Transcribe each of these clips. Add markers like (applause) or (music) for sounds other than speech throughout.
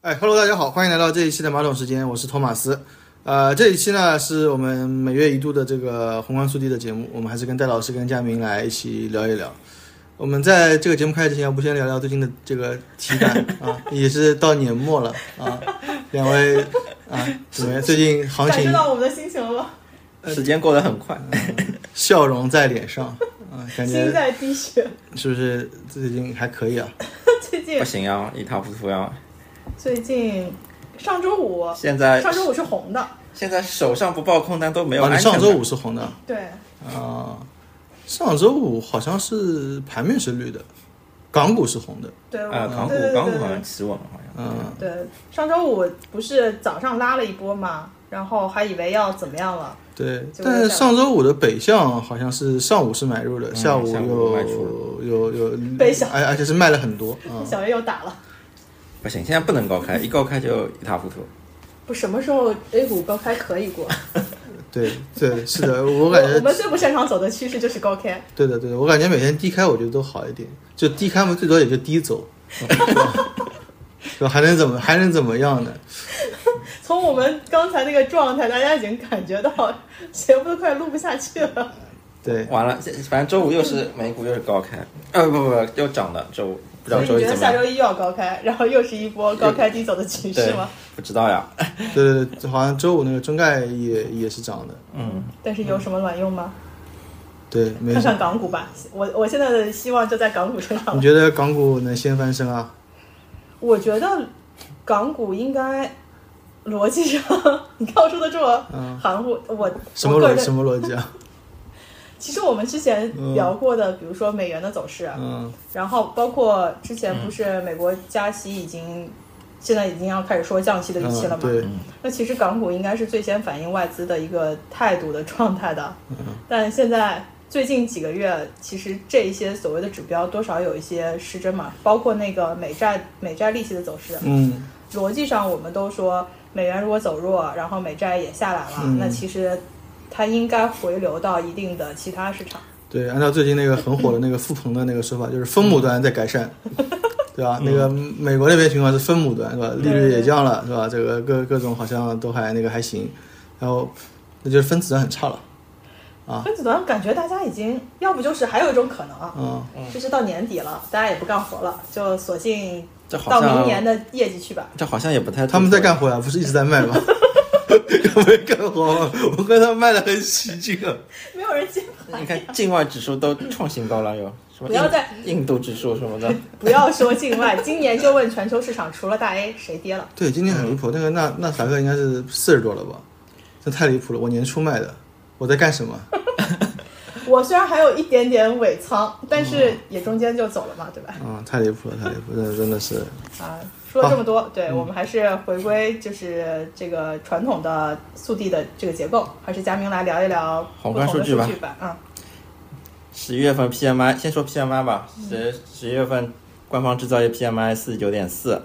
哎，Hello，大家好，欢迎来到这一期的马桶时间，我是托马斯。呃，这一期呢是我们每月一度的这个宏观速递的节目，我们还是跟戴老师跟佳明来一起聊一聊。我们在这个节目开始之前，要不先聊聊最近的这个体 (laughs) 感啊，也是到年末了啊，两位 (laughs) 啊怎么样？最近行感受情到我们的心情了吗？呃时间过得很快，笑容在脸上啊，感心觉在滴血。是不是最近还可以啊？最近不行啊，一塌糊涂啊！最近上周五，现在上周五是红的，现在手上不报空单都没有啊，安你全上感。周五是红的对，啊，上周五好像是盘面是绿的，港股是红的。对，呃，港股嗯对对港对股好像对企稳了，好像嗯，对，上周五不是早上拉了一波嘛，然后还以为要怎么样了，对。就但是上周五的北向好像是上午是买入的，嗯下又下午卖出有有北向哎而而且是卖了很多嗯啊。小月又打了。不行，现在不能高开，一高开就一塌糊涂。不，什么时候 A 股高开可以过？ (laughs) 对对，是的，我我感我觉们最不擅长走的趋势就是高开，对的对的，我感觉每天低开我觉得都好一点，就低开嘛，最多也就低走。 (laughs) 就还能怎么还能怎么样呢？从我们刚才那个状态，大家已经感觉到 (laughs) 节目都快录不下去了。对，完了，现反正周五又是美股又是高开，呃不不不，又涨了。周五不知所以你道周一觉得怎么下周样？一又要高开，然后又是一波高开低走的趋势对吗？，不知道呀。对对对，好像周五那个中概也也是涨的，嗯，但是有什么卵用吗？对，没看什看 (laughs) 么。港股吧，我我现在的希望就在港股身上你了。觉得港股能先翻身啊？我觉得港股应该逻辑上，你看我说的这么嗯含糊，我什么我个逻人什么逻辑 (laughs) 啊？其实我们之前嗯聊过的，比如说美元的走势，啊嗯，然后包括之前不是美国加息已经。现在已经要开始说降息的预期了嗯，嘛？对，那其实港股应该是最先反映外资的一个态度的状态的。但现在最近几个月，其实这一些所谓的指标多少有一些失真嘛，包括那个美债美债利息的走势。嗯，逻辑上我们都说美元如果走弱，然后美债也下来了，嗯那其实它应该回流到一定的其他市场。对，按照最近那个很火的那个富鹏的那个说法，就是分母端在改 (laughs) 善，对吧？那个美国那边情况是分母端，是吧？利率也降了，是吧？这个各各种好像都还那个还行，然后那就是分子端很差了，啊分子端感觉大家已经，要不就是还有一种可能啊，嗯，就是到年底了，大家也不干活了，就索性这好到明年像的业绩去吧。这好像也不太对他们在干活啊呀，不是一直在卖吗？ (laughs) 有没有干活吗？我看他们卖的很起劲啊，没有人接盘你看境外指数都创新高了哟，什么不要印再印度指数什么的，不要说境外，今年就问全球市场，除了大 A 谁跌了？对，今天很离谱，那个纳纳斯达克应该是四十多了吧？这太离谱了，我年初卖的，我在干什么？我虽然还有一点点尾仓，但是也中间就走了嘛，对吧？啊，太离谱了，太离谱了，真的真的是。嗯啊，说了这么多，哦对、我们还是回归就是这个传统的速递的这个结构，还是佳明来聊一聊宏不观同的数据吧据吧，啊、十一月份 PMI，先说 PMI 吧，十十一月份官方制造业 PMI 四十九点四，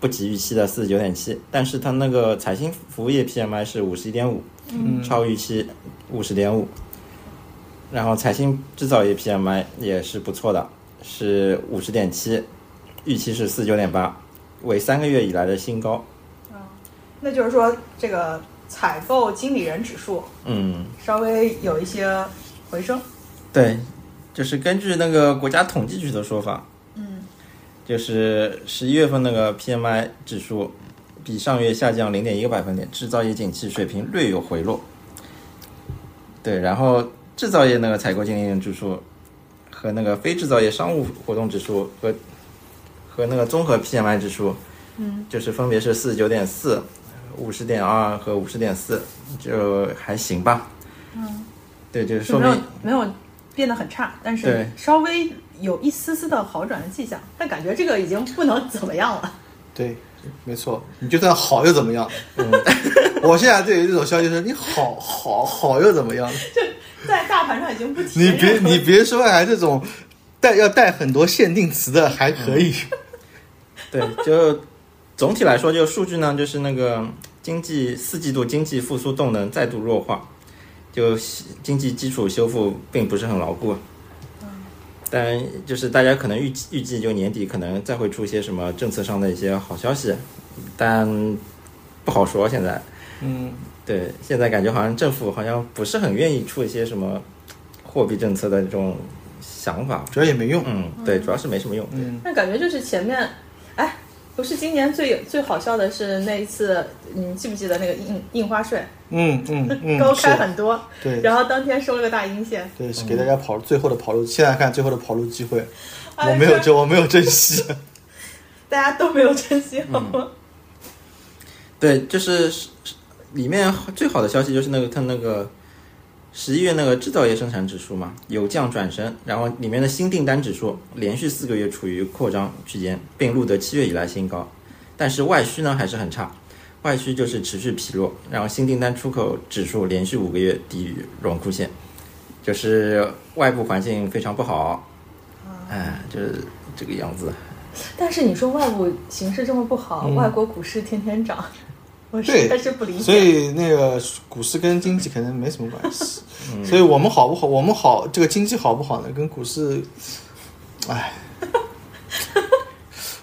不及预期的四十九点七，但是它那个财新服务业 PMI 是五十一点五，超预期五十点五，然后财新制造业 PMI 也是不错的，是五十点七，预期是四十九点八，为三个月以来的新高。那就是说这个采购经理人指数嗯，稍微有一些回升，对，就是根据那个国家统计局的说法，嗯，就是十一月份那个 PMI 指数比上月下降零点一个百分点，制造业景气水平略有回落。对，然后制造业那个采购经理人指数和那个非制造业商务活动指数和和那个综合 PMI 指数，嗯，就是分别是四十九点四、五十点二和五十点四，就还行吧。嗯，对，就是说没明有没有变得很差，但是对稍微有一丝丝的好转的迹象，但感觉这个已经不能怎么样了。对，没错，你就算好又怎么样？ (laughs) 我现在对于这种消息说你好好好又怎么样？ (laughs) 在大盘上已经不提你任别何你别说哎，这种带要带很多限定词的还可以，对，就总体来说，就数据呢，就是那个经济四季度经济复苏动能再度弱化，就经济基础修复并不是很牢固。但就是大家可能预计预计就年底可能再会出一些什么政策上的一些好消息，但不好说现在。嗯，对，现在感觉好像政府好像不是很愿意出一些什么货币政策的这种想法。主要也没用。嗯，对，主要是没什么用。嗯，那感觉就是前面，哎，不是今年最最好笑的是那一次，你记不记得那个印印花税、嗯嗯嗯， (laughs) 高是开很多，对然后当天收了个大阴线，对，是给大家跑最后的跑路，现在看最后的跑路机会，哎我没有是这我没有珍 (laughs) 惜。大家都没有珍惜好嗯吗？ (laughs) 对，就是是是里面最好的消息就是那个它那个十一月那个制造业生产指数嘛，有降转升，然后里面的新订单指数连续四个月处于扩张区间，并录得七月以来新高，但是外需呢还是很差。外需就是持续疲弱，然后新订单出口指数连续五个月低于荣枯线，就是外部环境非常不好，哎，就是这个样子。但是你说外部形势这么不好，嗯外国股市天天涨，我实在是不 (laughs) 理所解。以那个股市跟经济可能没什么关系。所以我们好不好，我们好，这个经济好不好呢？跟股市，唉，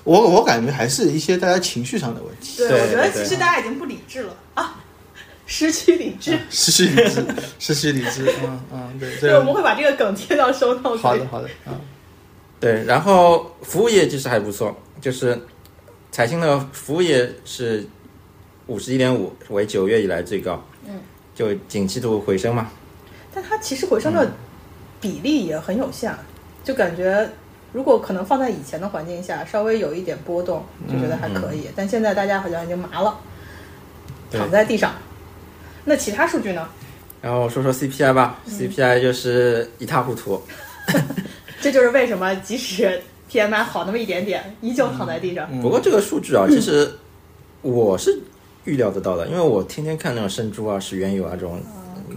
我我感觉还是一些大家情绪上的问题，对，对我觉得对其实大家已经不理智了啊， (laughs) 失去理智。 (laughs) 失去理智， (laughs) 失去理智。嗯嗯， (laughs) 对，对，这我个们会把这个梗贴到收 notes 里。好的好的啊，对，然后服务业其实还不错，就是财新的服务业是五十一点五，为九月以来最高。嗯，就景气度回升嘛。但它其实回升嗯的比例也很有限，啊就感觉如果可能放在以前的环境下，稍微有一点波动，就觉得还可以。但现在大家好像已经麻了，嗯对躺在地上。那其他数据呢？然后说说 CPI 吧、c p i 就是一塌糊涂。这就是为什么即使 PMI 好那么一点点，依旧躺在地上。不过这个数据啊，其实我是预料得到的，因为我天天看那种生猪啊、石原油啊这种。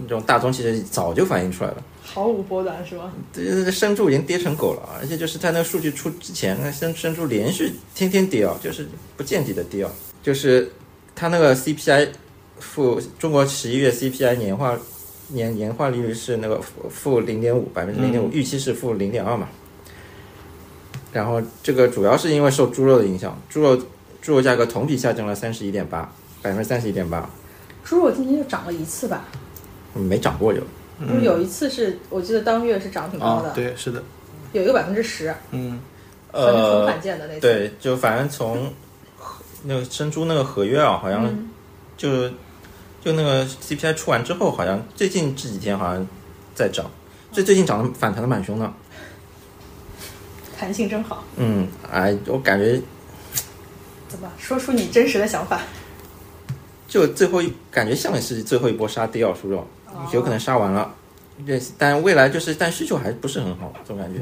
这种大宗其实早就反映出来了，毫无波澜是吗？这生猪已经跌成狗了啊，而且就是在那个数据出之前，那生生猪连续天天跌啊，就是不见底的跌啊，就是它那个 CPI 负中国十一月 CPI 年化年年化利率是那个负负零点五百分之零点五，预期是负零点二嘛。然后这个主要是因为受猪肉的影响，猪肉猪肉价格同比下降了三十一点八百分之三十一点八，猪肉今年就涨了一次吧，没涨过就不是有一次是我记得当月是涨挺高的，啊，对，是的，有一个百分之十，嗯反正很呃罕见的那次。对，就反正从那个生猪那个合约啊，好像嗯就、就那个 CPI 出完之后，好像最近这几天好像在涨，最最近涨得反弹的蛮凶的。弹性真好，嗯，哎，我感觉怎么说出你真实的想法？就最后一感觉像是最后一波杀跌啊要猪肉，有可能杀完了。对，但未来就是，但需求还不是很好，总感觉。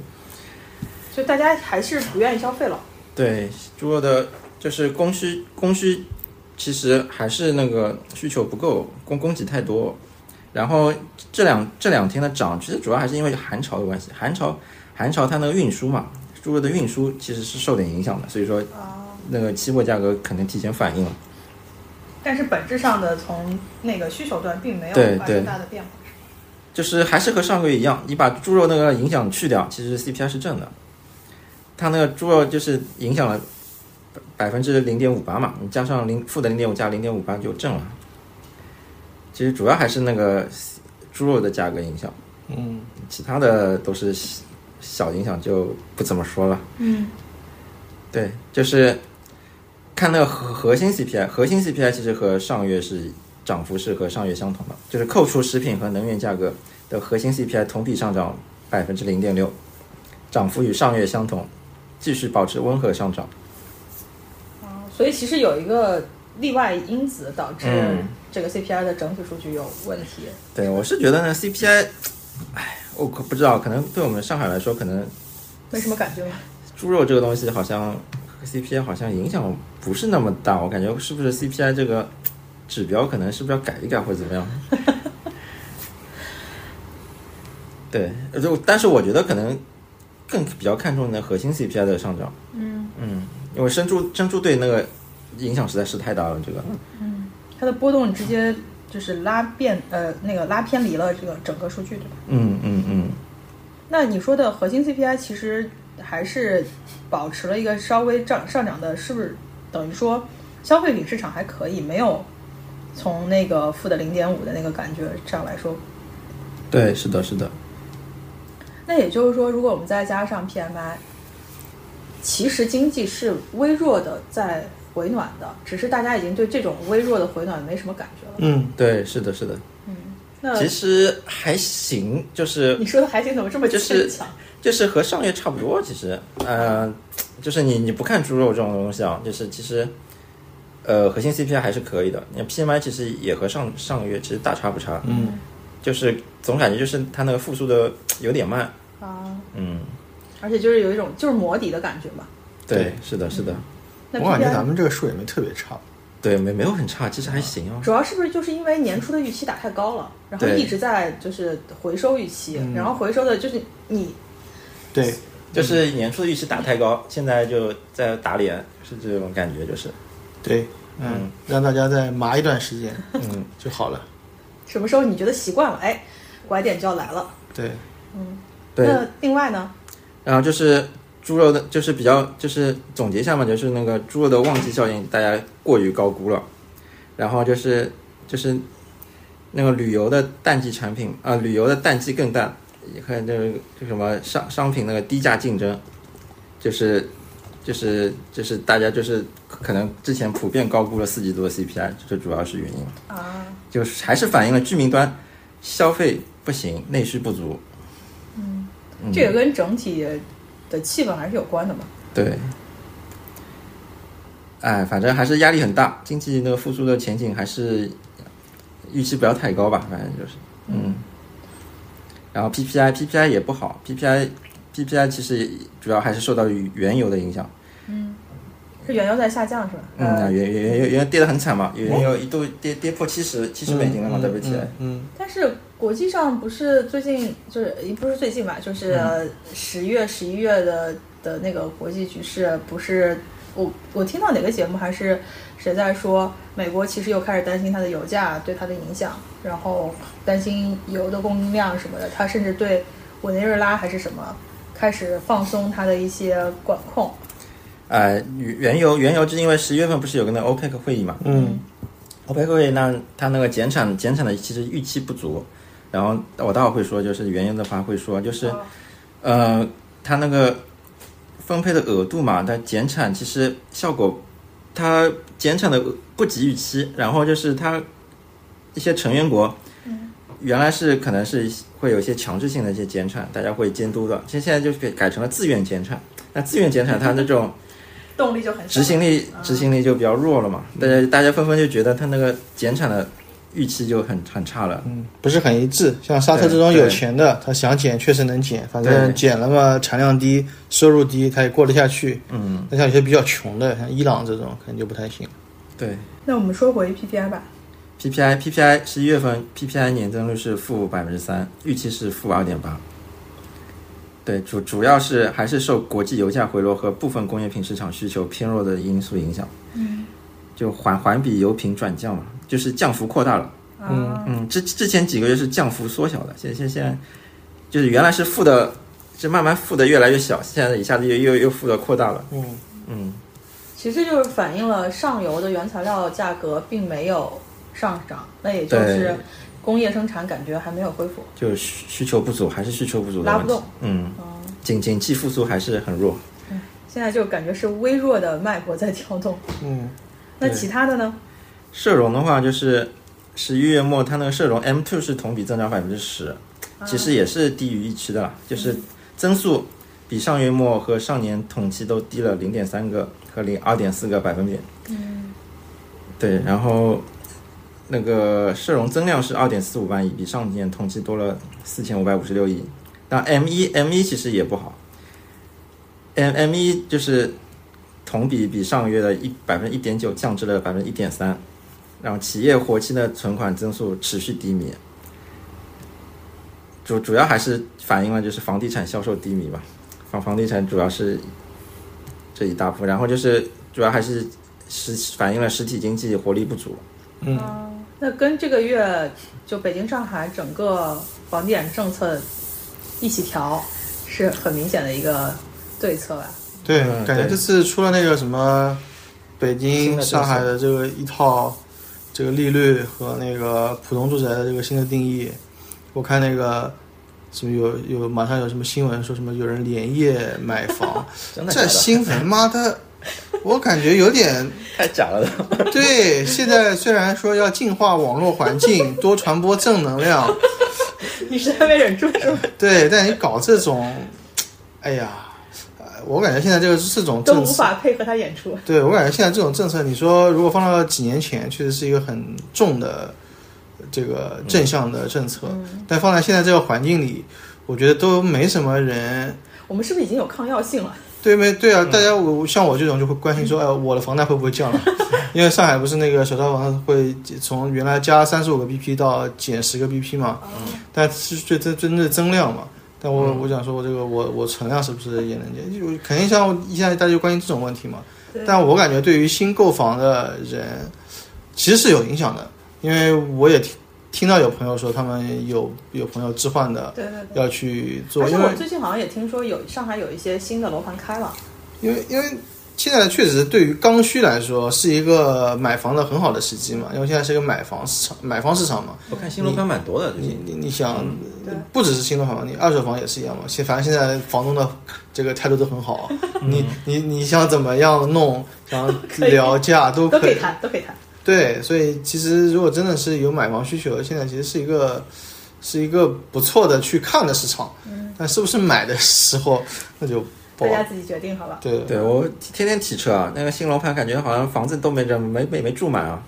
就大家还是不愿意消费了。对，猪肉的，就是供需供需其实还是那个需求不够，供供给太多。然后这两这两天的涨，其实主要还是因为寒潮的关系。寒潮寒潮它那个运输嘛，猪肉的运输其实是受点影响的，所以说哦那个期货价格可能提前反应了。但是本质上的从那个需求端并没有对发对生大的变化。就是还是和上个月一样，你把猪肉那个影响去掉，其实 CPI 是正的。它那个猪肉就是影响了百分之零点五八嘛，你加上零负的零点五加零点五八就正了。其实主要还是那个猪肉的价格影响，嗯，其他的都是小小影响，就不怎么说了。嗯，对，就是看那个核核心 CPI，核心 CPI 其实和上月是涨幅是和上月相同的，就是扣除食品和能源价格的核心 CPI 同比上涨百分之零点六，涨幅与上月相同，继续保持温和上涨。所以其实有一个例外因子导致嗯这个 CPI 的整体数据有问题。对我是觉得呢，CPI，哎，我可不知道，可能对我们上海来说，可能没什么感觉吗？猪肉这个东西好像和 CPI 好像影响不是那么大，我感觉是不是 CPI 这个指标可能是不是要改一改或者怎么样？对，呃就但是我觉得可能更比较看重的核心 CPI 的上涨。嗯嗯，因为生猪生猪对那个影响实在是太大了，这个它的波动直接就是拉变呃那个拉偏离了这个整个数据，对吧？嗯嗯嗯，那你说的核心 CPI 其实还是保持了一个稍微涨上涨的，是不是等于说消费品市场还可以，没有从那个负的零点五的那个感觉上来说？对，是的，是的，那也就是说，如果我们再加上 PMI，其实经济是微弱的在回暖的，只是大家已经对这种微弱的回暖没什么感觉了。嗯，对，是的，是的。那其实还行，就是你说的还行，怎么这么就是牵强？就是和上月差不多，其实，呃，就是你你不看猪肉这种东西啊，就是其实，呃，核心 CPI 还是可以的。你看 PMI 其实也和上上个月其实大差不差，嗯，就是总感觉就是它那个复苏的有点慢，啊，嗯，而且就是有一种就是磨底的感觉嘛。对，是的，是的，那我感觉 PPI 咱们这个数也没特别差。对，没没有很差，其实还行啊，主要是不是就是因为年初的预期打太高了，然后对一直在就是回收预期，嗯然后回收的就是你对，嗯就是年初的预期打太高，现在就在打脸，是这种感觉，就是，对，嗯，嗯让大家再麻一段时间嗯，就好了。什么时候你觉得习惯了，哎，拐点就要来了。对，对，那另外呢，然后就是猪肉的，就是比较就是总结一下嘛，就是那个猪肉的旺季效应，大家过于高估了。然后就是就是那个旅游的淡季产品啊、旅游的淡季更淡，也看这个这什么商商品那个低价竞争，就是就是就是大家就是可能之前普遍高估了四季度的 CPI，这主要是原因，啊，就是还是反映了居民端消费不行，内需不足。嗯这也跟整体的气氛还是有关的嘛。对，哎，反正还是压力很大，经济那个复苏的前景还是预期不要太高吧，反正就是，嗯。然后 PPI PPI 也不好，PPI PPI 其实主要还是受到原油的影响，嗯是原油在下降是吧？嗯，呃原原原油原油跌得很惨嘛，原油一度跌跌破七十七十美金了嘛哦嗯，WTI，嗯，但是国际上不是最近就是也不是最近吧，就是嗯十月、十一月的的那个国际局势，不是我我听到哪个节目还是谁在说，美国其实又开始担心它的油价对它的影响，然后担心油的供应量什么的，它甚至对委内瑞拉还是什么开始放松它的一些管控。呃，原原油原油就因为十一月份不是有个那个 OPEC 会议嘛，嗯， OPEC 会那它那个减产减产的其实预期不足，然后我待会儿会说，就是原油的话会说，就是哦呃，它那个分配的额度嘛，它减产其实效果它减产的不及预期，然后就是它一些成员国，原来是可能是会有一些强制性的一些减产，大家会监督的，现现在就是改改成了自愿减产，那自愿减产它那种。动力就很执行力执行力就比较弱了嘛，大家大家纷纷就觉得它那个减产的预期就很很差了，嗯，不是很一致。像沙特这种对对有钱的，他想减确实能减，反正对减了嘛，产量低，收入低，他也过得下去。嗯，那像有些比较穷的，像伊朗这种，可能就不太行。对那我们说回 PPI 吧， ，PPI PPI 十一月份 PPI 年增率是负百分之三，预期是负二点八，对主主要是还是受国际油价回落和部分工业品市场需求偏弱的因素影响，嗯，就环环比油品转降嘛，就是降幅扩大了。啊，嗯，之之前几个月是降幅缩小的，现现现在就是原来是负的，是慢慢负的越来越小，现在一下子又又又负的扩大了。嗯，嗯，其实就是反映了上游的原材料价格并没有上涨，那也就是对工业生产感觉还没有恢复。就是需需求不足，还是需求不足的拉问不动。题哦嗯，经经济复苏还是很弱。现在就感觉是微弱的脉搏在跳动。嗯，那对其他的呢？社融的话，就是十一月末它那个社融 M two 是同比增长百分之十，其实也是低于预期的啦，就是增速比上月末和上年同期都低了零点三个和零二点四个百分点。嗯，对，然后那个社融增量是二点四五万亿，比上年同期多了四千五百五十六亿。但 M 一 M 一其实也不好，M M 一就是同比比上个月的一百分之一点九降至了百分之一点三，然后企业活期的存款增速持续低迷，主主要还是反映了就是房地产销售低迷吧，房房地产主要是这一大部分，然后就是主要还是实反映了实体经济活力不足，那跟这个月就北京、上海整个房地产政策一起调，是很明显的一个对策吧。对，嗯感觉对这次出了那个什么北新京、的政策上海的这个一套这个利率和那个普通住宅的这个新的定义，我看那个什么有有马上有什么新闻说什么有人连夜买房，真的假这的？新闻妈的，我感觉有点太假了，对，现在虽然说要净化网络环境，多传播正能量，你实在没忍住是吗？对，但你搞这种，哎呀，呃我感觉现在这个这种都政无策，法配合他演出。对我感觉现在这种政策，你说如果放到几年前，确实是一个很重的这个正向的政策，嗯但放在现在这个环境里，我觉得都没什么人。我们是不是已经有抗药性了？对没对嗯啊？大家我像我这种就会关心说，哎，我的房贷会不会降了？因为上海不是那个首套房会从原来加三十五个 BP 到减十个 BP 嘛，嗯但是最真真的增量嘛。但我、我想说，我这个我我存量是不是也能减？就肯定像一下大家就关心这种问题嘛。但我感觉对于新购房的人，其实是有影响的，因为我也听听到有朋友说他们有有朋友置换的对对对。要去做，而且因为我最近好像也听说有上海有一些新的楼盘开了，因为因为现在确实对于刚需来说是一个买房的很好的时机嘛，因为现在是一个买房市场，买房市场嘛。我看新楼盘蛮多的，最你近你你想对，不只是新楼盘嘛，你二手房也是一样嘛。现反正现在房东的这个态度都很好啊，你你你想怎么样弄，想可以聊价都 (laughs) 都可可以以。谈，都可以谈。对，所以其实如果真的是有买房需求，现在其实是一个是一个不错的去看的市场，但是不是买的时候那就不大好家。自己决定好了。对对我天天提车啊，那个新楼盘感觉好像房子都没人没没没住满啊。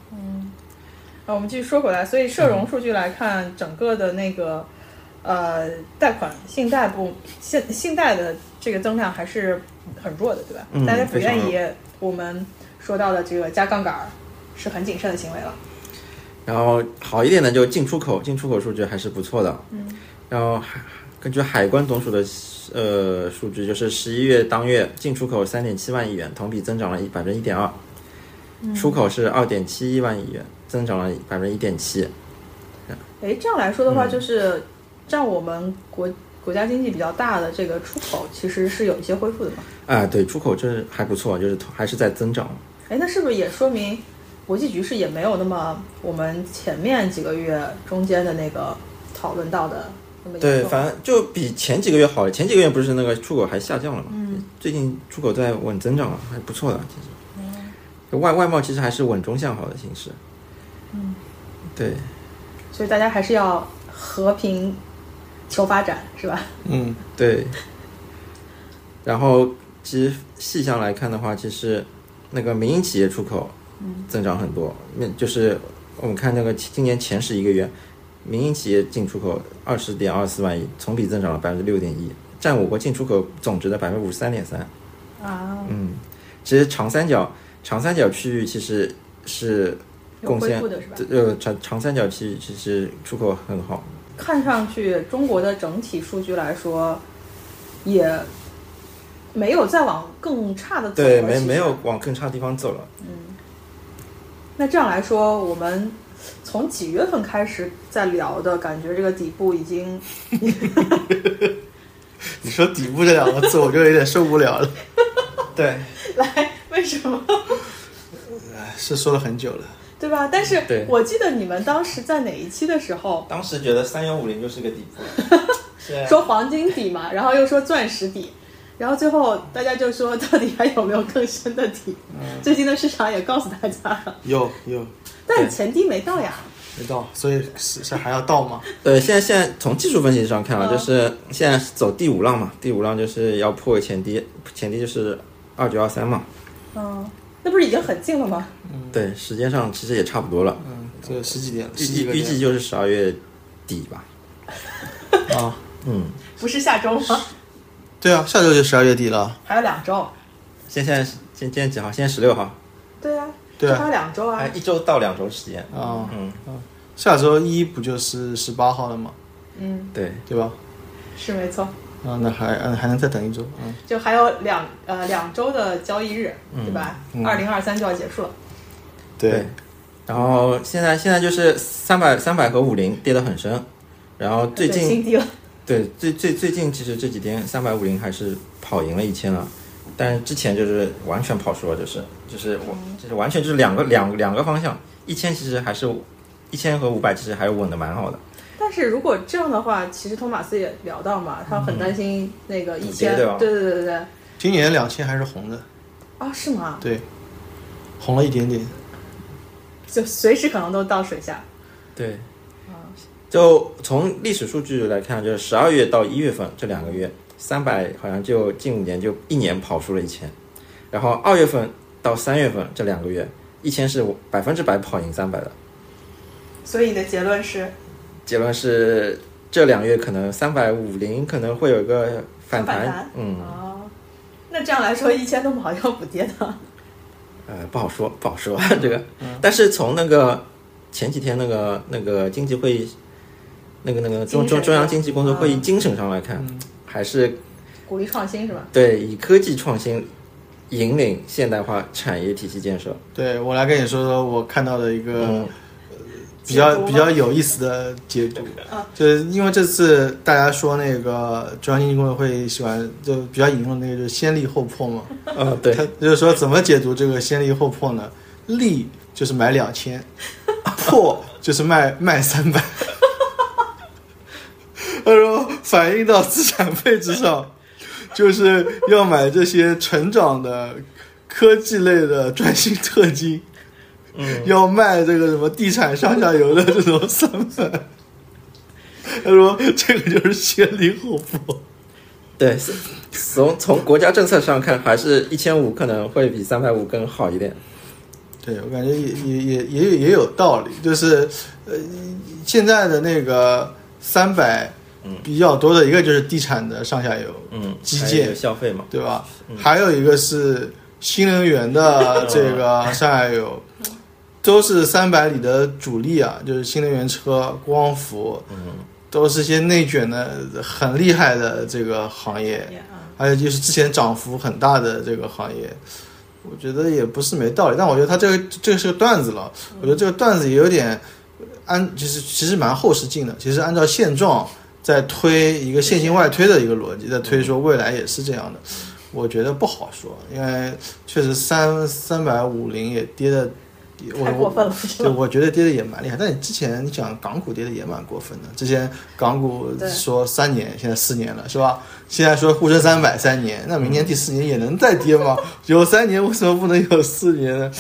啊，我们继续说回来，所以社嗯融数据来看，整个的那个呃贷款信贷部信信贷的这个增量还是很弱的，对吧？嗯大家不非常愿意我们说到的这个加杠杆儿是很谨慎的行为了。然后好一点的就进出口，进出口数据还是不错的。嗯，然后海根据海关总署的呃数据，就是十一月当月进出口三点七万亿元，同比增长了一百分之一点二，出口是二点七一万亿元，增长了百分之一点七。诶，这样来说的嗯话，就是占我们国国家经济比较大的这个出口，其实是有一些恢复的嘛。啊，对，出口这还不错，就是还是在增长。诶，哎那是不是也说明国际局势也没有那么我们前面几个月中间的那个讨论到的那么严对，重反正就比前几个月好了。前几个月不是那个出口还下降了嘛？嗯，最近出口在稳增长了，还不错的。其实，外外贸其实还是稳中向好的形势。嗯，对，所以大家还是要和平求发展，是吧？嗯。对。然后其实细项来看的话，其实那个民营企业出口增长很多，那、就是我们看那个今年前十一个月，民营企业进出口二十点二四万亿，同比增长了百分之六点一，占我国进出口总值的百分之五十三点三。啊，嗯，其实长三角长三角区域其实是有贡恢献复的是吧？呃长长三角区域其实出口很好，看上去中国的整体数据来说，也没有再往更差的走了。对，其没实没有。往更差的地方走了。那这样来说，我们从几月份开始在聊的感觉，这个底部已经你说“底部”这两个字，我就有点受不了 (laughs) 了。对，来， (laughs) 为什么？哎是说了很久了，对吧？但是对我记得你们当时在哪一期的时候当时觉得三幺五零就是个底部，是啊说黄金底嘛，然后又说钻石底，然后最后大家就说到底还有没有更深的底？嗯最近的市场也告诉大家了，有有但前低没到呀。没到，所以是是还要到吗？对，现在现在从技术分析上看啊，嗯就是现在是走第五浪嘛，第五浪就是要破前低，前低就是二九二三嘛。嗯，那不是已经很近了吗？对，时间上其实也差不多了，嗯，这十几点，预十计几个预计点就是十二月底吧。啊，嗯，不是下周吗？对啊，下周就十二月底了，还有两周。现现在是今今天几号？现在十六号，对啊，对啊就还有两周还啊。一周到两周时间。啊，嗯，下周一不就是十八号了吗？嗯，对，对吧？是没错，啊，那还嗯还能再等一周，嗯，就还有两呃两周的交易日，嗯对吧？二零二三就要结束了。对，然后现在现在就是三百三百和五零跌得很深，然后最对新近低了，对，最最最近其实这几天三百五零还是跑赢了一千了，但是之前就是完全跑输了，就是就是我嗯就是完全就是两个两两个方向，一千其实还是一千和五百其实还是稳的蛮好的，但是如果这样的话，其实托马斯也聊到嘛，他很担心那个一千、嗯跌对吧对对对对对，今年两千还是红的，啊是吗？对，红了一点点。就随时可能都到水下。对，啊就从历史数据来看，就是十二月到一月份这两个月，三百好像就近五年就一年跑输了一千，然后二月份到三月份这两个月，一千是百分之百跑赢三百的。所以你的结论是结论是这两个月可能三百五零可能会有一个反弹，反弹嗯，哦，那这样来说，一千都跑掉不跌的。呃，不好说，不好说嗯 (laughs) 这个。但是从那个前几天那个那个经济会议，那个那个中精神中上中央经济工作会议嗯精神上来看，还是鼓励创新是吧？对，以科技创新引领现代化产业体系建设。 (laughs) 对我来跟你说说我看到的一个、嗯，比较解读吗嗯比较有意思的解读，就是因为这次大家说那个中央经济工作会议喜欢就比较引用的那个就是先立后破嘛，呃，对，他就是说怎么解读这个先立后破呢？立就是买两千，破就是卖卖三百。他说反映到资产配置上，就是要买这些成长的科技类的专心特金，嗯，要卖这个什么地产上下游的这种三本。他说这个就是先立后破。对，是从从国家政策上看，还是一千五可能会比三百五更好一点。对我感觉也也也也有也有道理，就是呃现在的那个三百比较多的一个就是地产的上下游，嗯，基还建有消费嘛，对吧？还有一个是新能源的这个上下游，都是三百里的主力啊，就是新能源车、光伏，都是些内卷的很厉害的这个行业，啊还有就是之前涨幅很大的这个行业，我觉得也不是没道理。但我觉得他这个这个是个段子了，我觉得这个段子也有点按，就是其实蛮后视镜的，其实按照现状在推一个线性外推的一个逻辑，在推说未来也是这样的。我觉得不好说，因为确实三三百五零也跌的，我太我过分了，对，我觉得跌的也蛮厉害。但你之前你讲港股跌的也蛮过分的，之前港股对说三年，现在四年了，是吧？现在说沪深三百三年，那明年第四年也能再跌吗？有三年为什么不能有四年呢？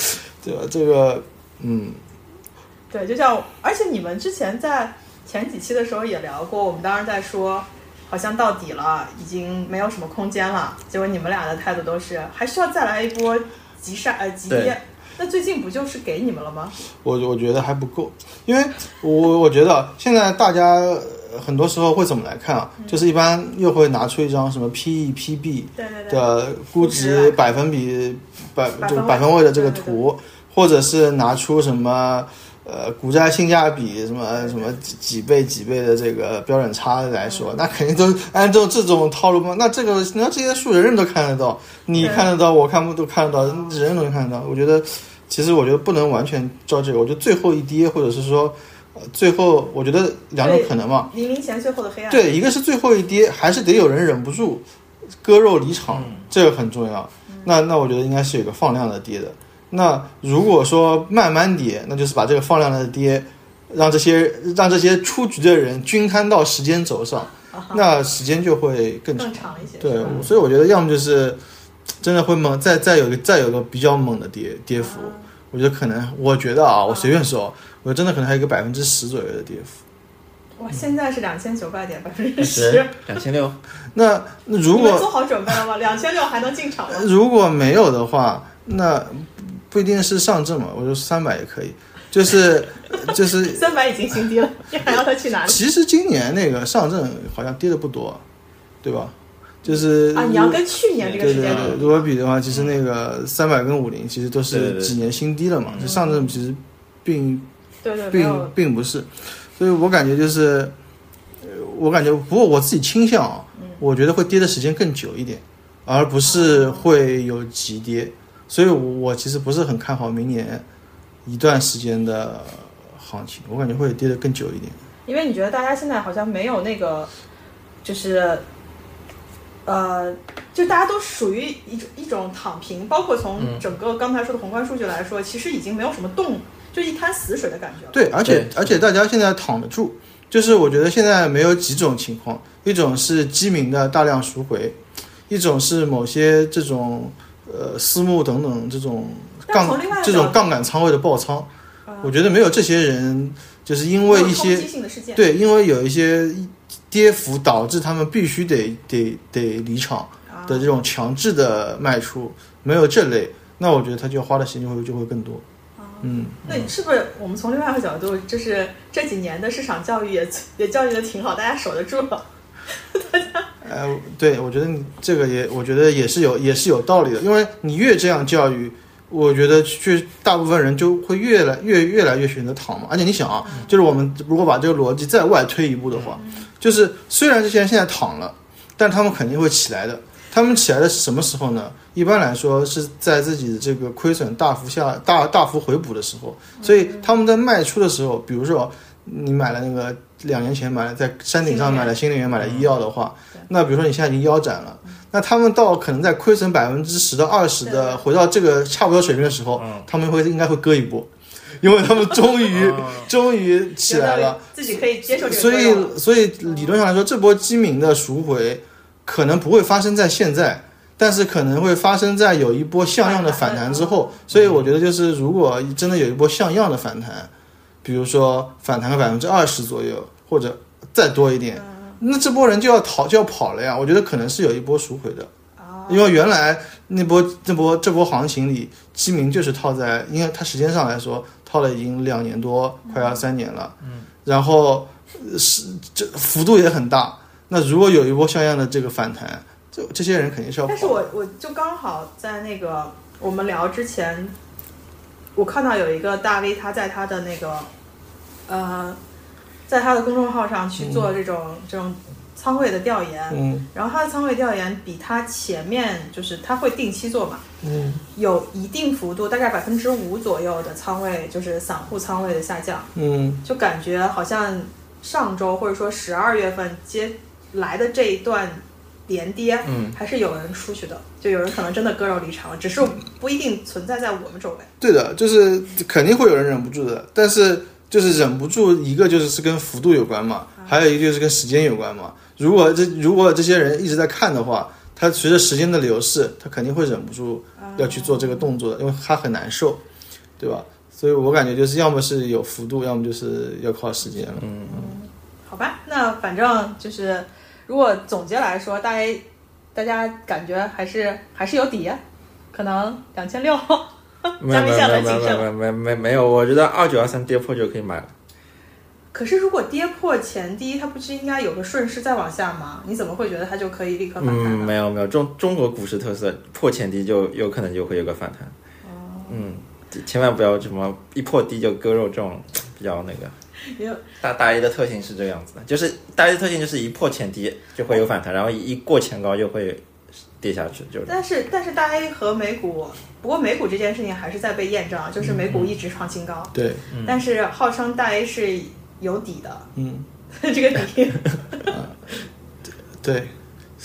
对吧？这个，嗯，对，就像，而且你们之前在前几期的时候也聊过，我们当时在说，好像到底了，已经没有什么空间了。结果你们俩的态度都是，还需要再来一波急杀呃急对跌。那最近不就是给你们了吗？我我觉得还不够，因为我我觉得现在大家呃很多时候会怎么来看啊？就是一般又会拿出一张什么 E PE、PB，对对对，的估值百分比百百分就位百分位的这个对对图，或者是拿出什么呃股债性价比什么什么几几倍几倍的这个标准差来嗯说，那肯定都是按照这种套路嘛。那这个你看这些数人人都看得到，你对看得到，我看不都看得到，人人都能看得到。我觉得其实我觉得不能完全照这个，我觉得最后一跌或者是说。呃最后，我觉得两种对可能嘛，黎明前最后的黑暗。对，一个是最后一跌，还是得有人忍不住割肉离场，嗯这个很重要。那那我觉得应该是有一个放量的跌的。那如果说慢慢跌，那就是把这个放量的跌，让这些让这些出局的人均摊到时间轴上，那时间就会更长。啊更长一些。对，所以我觉得要么就是真的会猛，再再有一个再有一个比较猛的跌跌幅，嗯我觉得可能，我觉得啊，我随便说，我觉得真的可能还有一个百分之十左右的跌幅。哇，现在是两千九百点，百分之 (laughs) 十十。两千六，那那如你们果做好准备了吗？两千六还能进场吗？如果没有的话，那不一定是上证嘛，我就三百也可以。就是就是， (laughs) 三百已经新低了，你还要它去哪里？其实今年那个上证好像跌的不多，对吧？就是啊，你要跟去年这个呃对时对间对，如果比的话，其实那个三百跟五零其实都对是对对几年新低了嘛。就上证其实并对对，没并有并不是，所以我感觉就是，呃我感觉不过我自己倾向啊，嗯我觉得会跌的时间更久一点，而不哦是会有急跌，所以我我其实不是很看好明年一段时间的行情，我感觉会跌得更久一点。因为你觉得大家现在好像没有那个，就是，呃，就大家都属于一种一种躺平，包括嗯从整个刚才说的宏观数据来说，其实已经没有什么动，就一滩死水的感觉了。对，而且对而且大家现在躺得住，就是我觉得现在没有几种情况，一种是基民的大量赎回，一种是某些这种呃私募等等这种但杠从另外一这个啊种杠杆仓位的爆仓，我觉得没有这些人，就是因为没有一冲些击性的事件，对，因为有一些跌幅导致他们必须得得得离场啊的这种强制的卖出，没有这类，那我觉得他就花的时间就会就会更多。啊嗯，对，是不是我们从另外一个角度，就是这几年的市场教育也也教育的挺好，大家守得住了。呃，对，我觉得你这个也，我觉得也是有也是有道理的，因为你越这样教育，我觉得去大部分人就会越来越越来越选择躺嘛。而且你想啊，就是我们如果把这个逻辑再外推一步的话，就是虽然这些人现在躺了，但他们肯定会起来的。他们起来的是什么时候呢？一般来说是在自己的这个亏损大幅下大大幅回补的时候，所以他们在卖出的时候，比如说你买了那个两年前买了在山顶上买了新能源买了嗯医药的话，那比如说你现在已经腰斩了，那他们到可能在亏损百分之十到二十的回到这个差不多水平的时候，他们会应该会割一波，因为他们终于终于起来了。，自己可以接受这个所作用了。以，所以理论上来说，这波基民的赎回可能不会发生在现在，但是可能会发生在有一波像样的反弹之后。所以，我觉得就是如果真的有一波像样的反弹，比如说反弹个百分之二十左右，或者再多一点，嗯那这波人就要逃就要跑了呀。我觉得可能是有一波赎回的。哦因为原来那波那波这波行情里，基民就是套在，因为它时间上来说套了已经两年多，快要三年了。嗯，然后呃是这幅度也很大。那如果有一波像样的这个反弹，这这些人肯定是要跑但是我我就刚好在那个我们聊之前，我看到有一个大 V 他在他的那个呃，在他的公众号上去做这种、这种仓位的调研，嗯然后他的仓位调研比他前面就是他会定期做嘛，嗯有一定幅度，大概百分之五左右的仓位，就是散户仓位的下降，嗯就感觉好像上周或者说十二月份接来的这一段连跌，嗯，还是有人出去的，就有人可能真的割肉离场了，只是不一定存在在我们周围。对的，就是肯定会有人忍不住的，但是就是忍不住，一个就是是跟幅度有关嘛，还有一个就是跟时间有关嘛。如果这如果这些人一直在看的话，他随着时间的流逝，他肯定会忍不住要去做这个动作的，因为他很难受，对吧？所以我感觉就是要么是有幅度，要么就是要靠时间了。好吧，那反正就是，如果总结来说，大概大家感觉还是还是有底，可能两千六， (laughs) 没咱有们没有下没来有谨慎没有没有没有没有，我觉得二九二三跌破就可以买了。可是，如果跌破前低，它不是应该有个顺势再往下吗？你怎么会觉得它就可以立刻反弹嗯，呢？没有没有，中中国股市特色，破前低就有可能就会有个反弹。嗯，千万不要什么一破低就割肉这种比较那个。也有大大一的特性是这个样子的，就是大一的特性就是一破前低就会有反弹，然后一过前高就会跌下去，就是但是但是大 A 和美股，不过美股这件事情还是在被验证啊，就是美股一直创新高，对，但是号称大 A 是有底的，嗯， (laughs) 这个底对，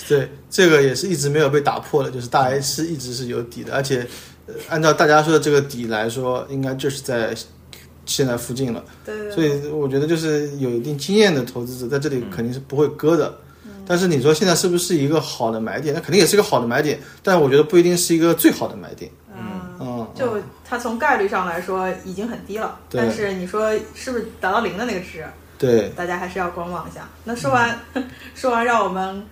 对，这个也是一直没有被打破的，就是大 A 是一直是有底的，而且、呃按照大家说的这个底来说，应该就是在现在附近了。对对啊所对，以我觉得就是有一定经验的投资者在这里肯定是不会割的。嗯但是你说现在是不是一个好的买点？那肯定也是个好的买点，但我觉得不一定是一个最好的买点。嗯，嗯，就它从概率上来说已经很低了，对但是你说是不是达到零的那个值，对，大家还是要观望一下。那说完、 (laughs) 说完，让我们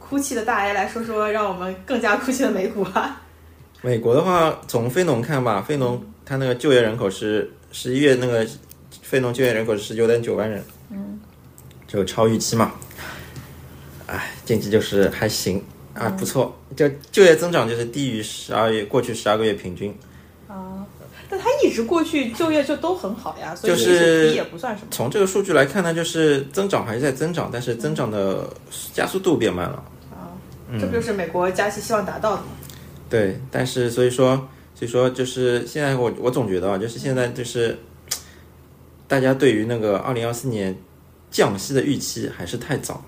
哭泣的大 A 来说说，让我们更加哭泣的美股啊吧。 (laughs) 美国的话，从非农看吧，非农它那个就业人口是十一月那个非农就业人口是十九点九万人，嗯，就超预期嘛。哎，经济就是还行啊，不错。就就业增长就是低于十二月过去十二个月平均，但他一直过去就业就都很好呀，所以就是一直低也不算什么。从这个数据来看呢，就是增长还是在增长，但是增长的加速度变慢了。这不就是美国加息希望达到的吗？对，但是所以说，所以说就是现在我我总觉得啊，就是现在就是大家对于那个二零二四年降息的预期还是太早了。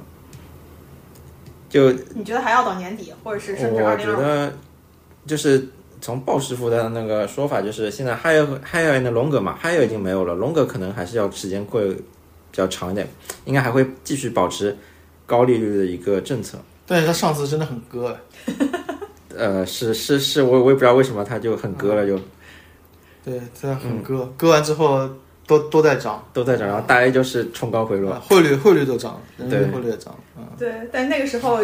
就你觉得还要到年底，或者是甚至我二零觉二？得就是从鲍师傅的那个说法，就是现在 higher higher and longer 嘛，higher 已经没有了，longer 可能还是要时间会比较长一点，应该还会继续保持高利率的一个政策。但是他上次真的很割，哎呃，是是是，我我也不知道为什么他就很嗯割了，就对，真的很割，割完之后都都在涨，都在涨，然后大 A 就是冲高回落。汇率汇率都涨了，人民币对汇率也涨了，嗯，对，但那个时候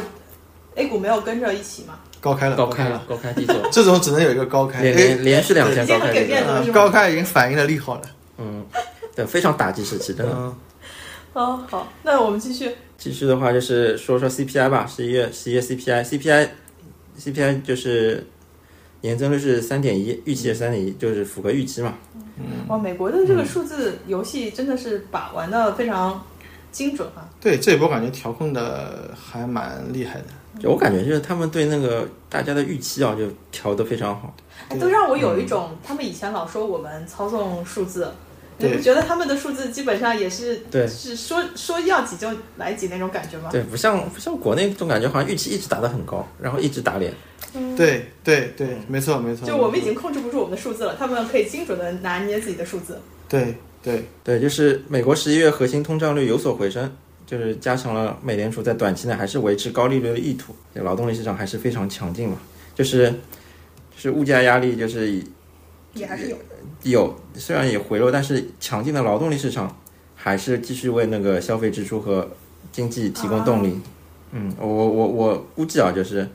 A 股没有跟着一起嘛，高开了，高开开了，了，高开低走，这种只能有一个高开，连哎，连连续两天已经高很开给低面走，子了，呃是吗？高开已经反映了利好了，对，非常打击士气，真的。嗯，哦，好，那我们继续。继续的话就是说说 CPI 吧，十一月十一月 CPI，CPI CPI 就是年增率是三点一，预期是三点一，就是符合预期嘛。嗯哇，哦美国的这个数字游戏真的是把玩的非常精准啊！对，这一波感觉调控的还蛮厉害的，就我感觉就是他们对那个大家的预期啊，就调得非常好。哎，都让我有一种嗯他们以前老说我们操纵数字，你对不觉得他们的数字基本上也是对是说说要几就来几那种感觉吗？对，不像不像国内这种感觉，好像预期一直打得很高，然后一直打脸。对对对，没错没错，嗯就我们已经控制不住我们的数字了，他们可以精准的拿捏自己的数字。对对，对，就是美国十一月核心通胀率有所回升，就是加强了美联储在短期内还是维持高利率的意图。对劳动力市场还是非常强劲嘛，就是就是物价压力就是以也还是有，有，虽然也回落，但是强劲的劳动力市场还是继续为那个消费支出和经济提供动力。啊嗯，我我我估计啊，就是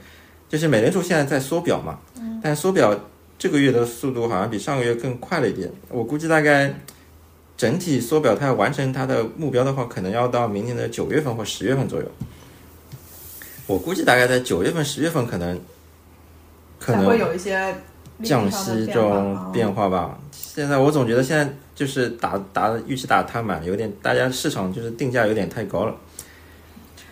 就是美联储现在在缩表嘛，嗯但缩表这个月的速度好像比上个月更快了一点。我估计大概整体缩表，它要完成它的目标的话，可能要到明年的九月份或十月份左右。我估计大概在九月份、十月份可能可才能会有一些利率上降的息这变化哦种变化吧。现在我总觉得现在就是打打预期打太满，有点大家市场就是定价有点太高了。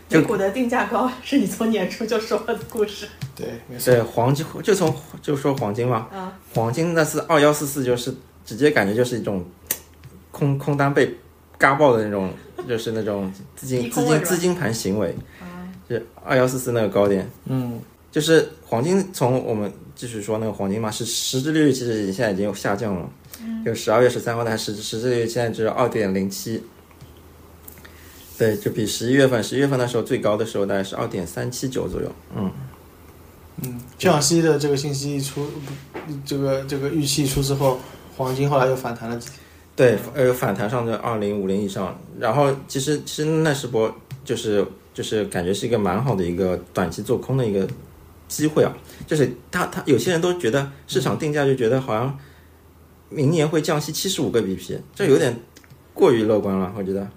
就美股的定价高是你从年初就说的故事，对，没错，对，黄金就从就说黄金嘛，嗯黄金那次二幺四四就是直接感觉就是一种空空单被嘎爆的那种，就是那种资低金空资位是金吧资金盘行为，就是二幺四四那个高点。嗯，就是黄金，从我们继续说那个黄金嘛，是实质利率其实已经现在已经有下降了，就十二月十三号的实实质利率现在只有二点零七，对，就比十一月份十一月份的时候最高的时候大概是二点三七九左右，嗯，嗯，降息的这个信息一出，不这个这个预期一出之后，黄金后来又反弹了几天，对，呃，反弹上的二零五零以上，然后其实其实那是波就是就是感觉是一个蛮好的一个短期做空的一个机会啊，就是他他有些人都觉得市场定价就觉得好像明年会降息七十五个 BP，这有点过于乐观了，我觉得。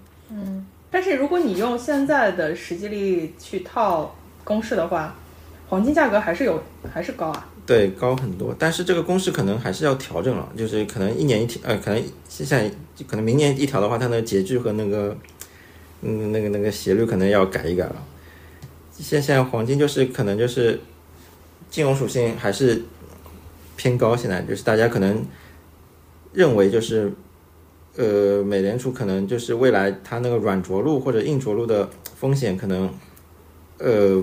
但是如果你用现在的实际利率去套公式的话，黄金价格还是有还是高啊。对，高很多，但是这个公式可能还是要调整了，就是可能一年一调，呃，可能现在可能明年一调的话，它的截距和那个，嗯，那个那个斜率可能要改一改了。现现在黄金就是嗯可能就是嗯金融属性还是偏高，现在就是大家可能认为就是，呃，美联储可能就是未来它那个软着陆或者硬着陆的风险可能，呃，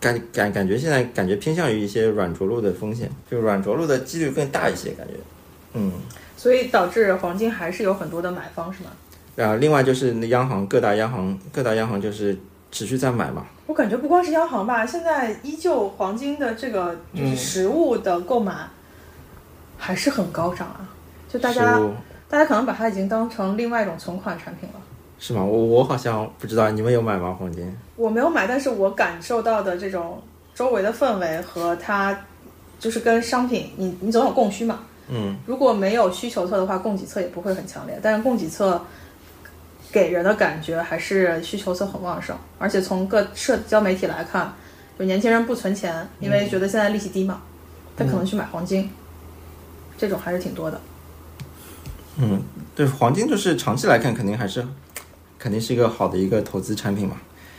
感感感觉现在感觉偏向于一些软着陆的风险，就软着陆的几率更大一些，感觉。嗯，所以导致黄金还是有很多的买方，是吗？然后另外就是那央行各大央行各大央行就是持续在买嘛，我感觉不光是央行吧，现在依旧黄金的这个就是实物的购买还是很高涨啊。就大家15大家可能把它已经当成另外一种存款产品了。是吗？我我好像不知道你们有买吗？黄金？我没有买，但是我感受到的这种周围的氛围和它就是跟商品，你你总有供需嘛。嗯，如果没有需求侧的话，供给侧也不会很强烈，但是供给侧给人的感觉还是需求侧很旺盛，而且从各社交媒体来看，就年轻人不存钱，因为觉得现在利息低嘛，他可能去买黄嗯金，这种还是挺多的。对，黄金就是长期来看肯定还是肯定是一个好的一个投资产品嘛。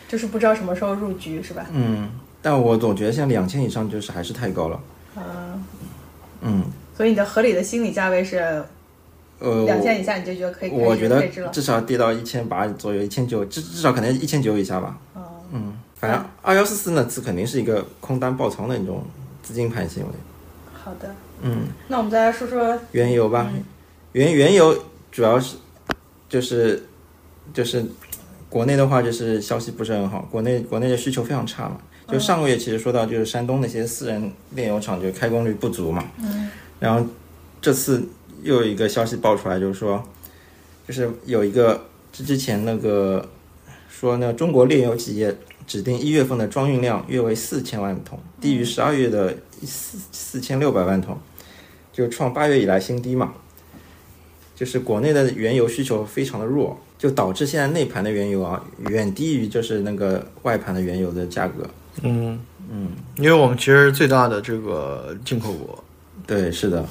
就是不知道什么时候入局是吧？嗯，但我总觉得像两千以上就是还是太高了。嗯，所以你的合理的心理价位是呃，两千以下，你就觉得可以开始我觉得配置了。哦至少跌到一千八左右，一千九，至至少可能一千九以下吧。嗯反正二幺四四那次肯定是一个空单爆仓的那种资金盘行为。好的，嗯，那我们再来说说原油吧，原原油主要是就是就是国内的话，就是消息不是很好，国内国内的需求非常差嘛。就上个月其实说到，就是山东那些私人炼油厂就开工率不足嘛。嗯。然后这次又有一个消息爆出来，就是说，就是有一个之之前那个说呢，中国炼油企业指定一月份的装运量约为四千万桶，低于十二月的四四千六百万桶。就创八月以来新低嘛。就是国内的原油需求非常的弱，就导致现在内盘的原油啊远低于就是那个外盘的原油的价格。嗯嗯，因为我们其实最大的这个进口国，对，是的。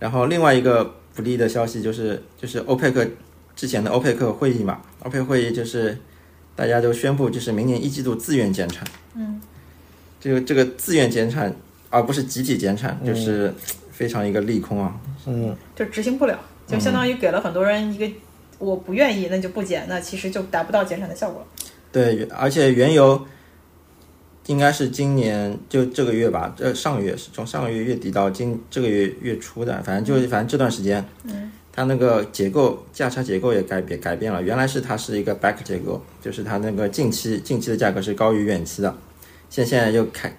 然后另外一个不利的消息就是，就是欧佩克之前的欧佩克会议嘛，欧佩克会议就是大家都宣布，就是明年一季度自愿减产。嗯，这个这个自愿减产，而不是集体减产，就是非常一个利空啊。嗯，就执行不了，就相当于给了很多人一个我不愿意，那就不减，那其实就达不到减产的效果了。对，而且原油应该是今年就这个月吧，这上个月是从上个月月底到今这个月月初的，反正就是反正这段时间，嗯，它那个结构价差结构也改变改变了，原来是它是一个 back 结构，就是它那个近期近期的价格是高于远期的，现现在又开。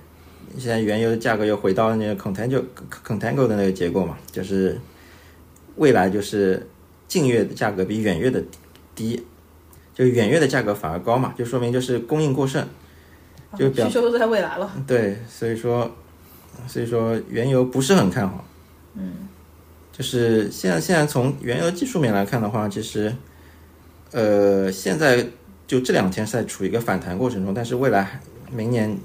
现在原油的价格又回到那个 contango contango 的那个结构嘛，就是未来就是近月的价格比远月的低，就远月的价格反而高嘛，就说明就是供应过剩。啊就表需求都在未来了，对，所以说，所以说原油不是很看好。嗯，就是现在现在从原油技术面来看的话，其实，呃，现在就这两天是在处于一个反弹过程中，但是未来明年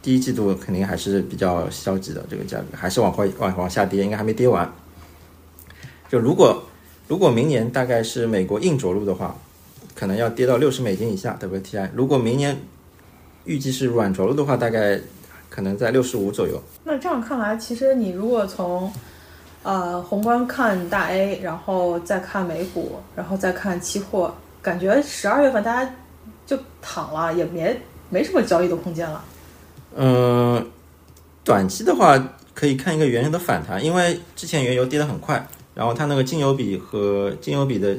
第一季度肯定还是比较消极的，这个价格还是往回往往下跌，应该还没跌完。就如果如果明年大概是美国硬着陆的话，可能要跌到六十美金以下 WTI。如果明年预计是软着陆的话，大概可能在六十五左右。那这样看来，其实你如果从呃宏观看大 A，然后再看美股，然后再看期货，感觉十二月份大家就躺了，也没没什么交易的空间了。嗯、短期的话可以看一个原油的反弹，因为之前原油跌得很快，然后它那个金油比和金油比的，